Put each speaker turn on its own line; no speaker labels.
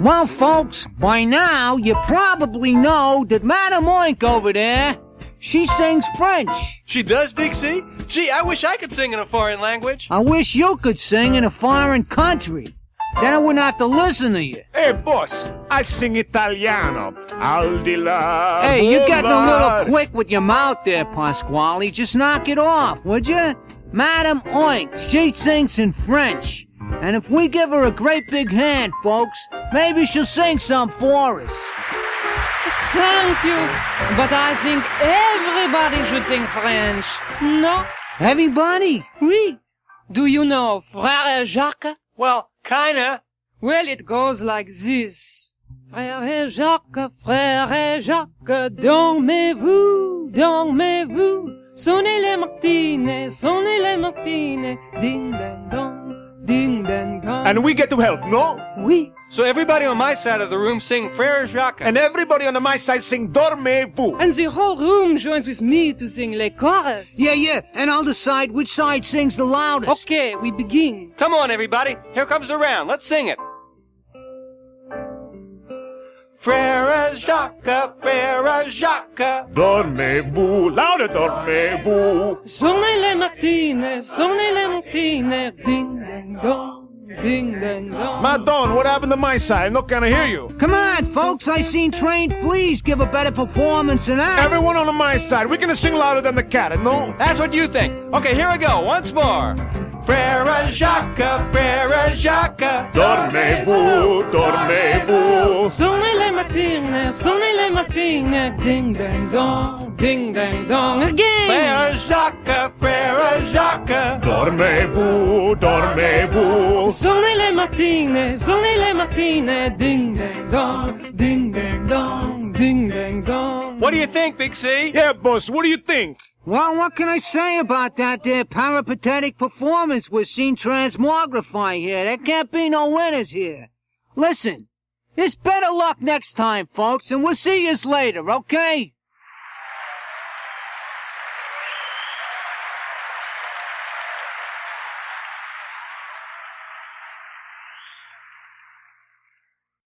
Well, folks, by now you probably know that Madame Oink over there, she sings French.
She does, Big C? Gee, I wish I could sing in a foreign language.
I wish you could sing in a foreign country. Then I wouldn't have to listen to you.
Hey, boss, I sing Italiano. Al di là.
Hey, you're
del
getting a
mar.
little quick with your mouth there, Pasquale. Just knock it off, would you? Madame Oink, she sings in French. And if we give her a great big hand, folks, maybe she'll sing some for us.
Thank you. But I think everybody should sing French. No?
Everybody,
Oui. Do you know Frère Jacques?
Well, kinda.
Well, it goes like this. Frère Jacques, frère Jacques, dormez-vous, dormez-vous. Sonnez les martinets, sonnez les martinets. Ding ding dong, ding ding dong.
And we get to help, no?
oui.
So everybody on my side of the room sing Frere Jacques.
And everybody on my side sing Dormez-vous.
And the whole room joins with me to sing les chorus.
Yeah, yeah, and I'll decide which side sings the loudest.
Okay, we begin.
Come on, everybody. Here comes the round. Let's sing it. Frere Jacques, Frere Jacques.
Dormez-vous. Louder, Dormez-vous.
Sonnez les martinets, sonnez les martinets. Ding ding dong, ding ding dong.
Madon, what happened to my side? I'm not gonna hear you.
Come on, folks, I seen trained. Please give a better performance than that.
Everyone on my side, we're gonna sing louder than the cat, no?
That's what you think. Okay, here we go. Once more. Frere Jacques, Frere Jacques.
Dormez-vous, dormez-vous.
Sonnez les matines, sonnez les matines, ding ding dong, ding ding dong again.
Frere Jacques, Frere Jacques.
Dormez-vous, dormez-vous.
Sonnez les matines, sonnez les matines, ding ding dong, ding ding dong, ding ding dong.
What do you think, Big C?
Yeah, boss, what do you think?
Well, what can I say about that there peripatetic performance we're seen transmogrify here? There can't be no winners here. Listen, it's better luck next time, folks, and we'll see yous later, okay?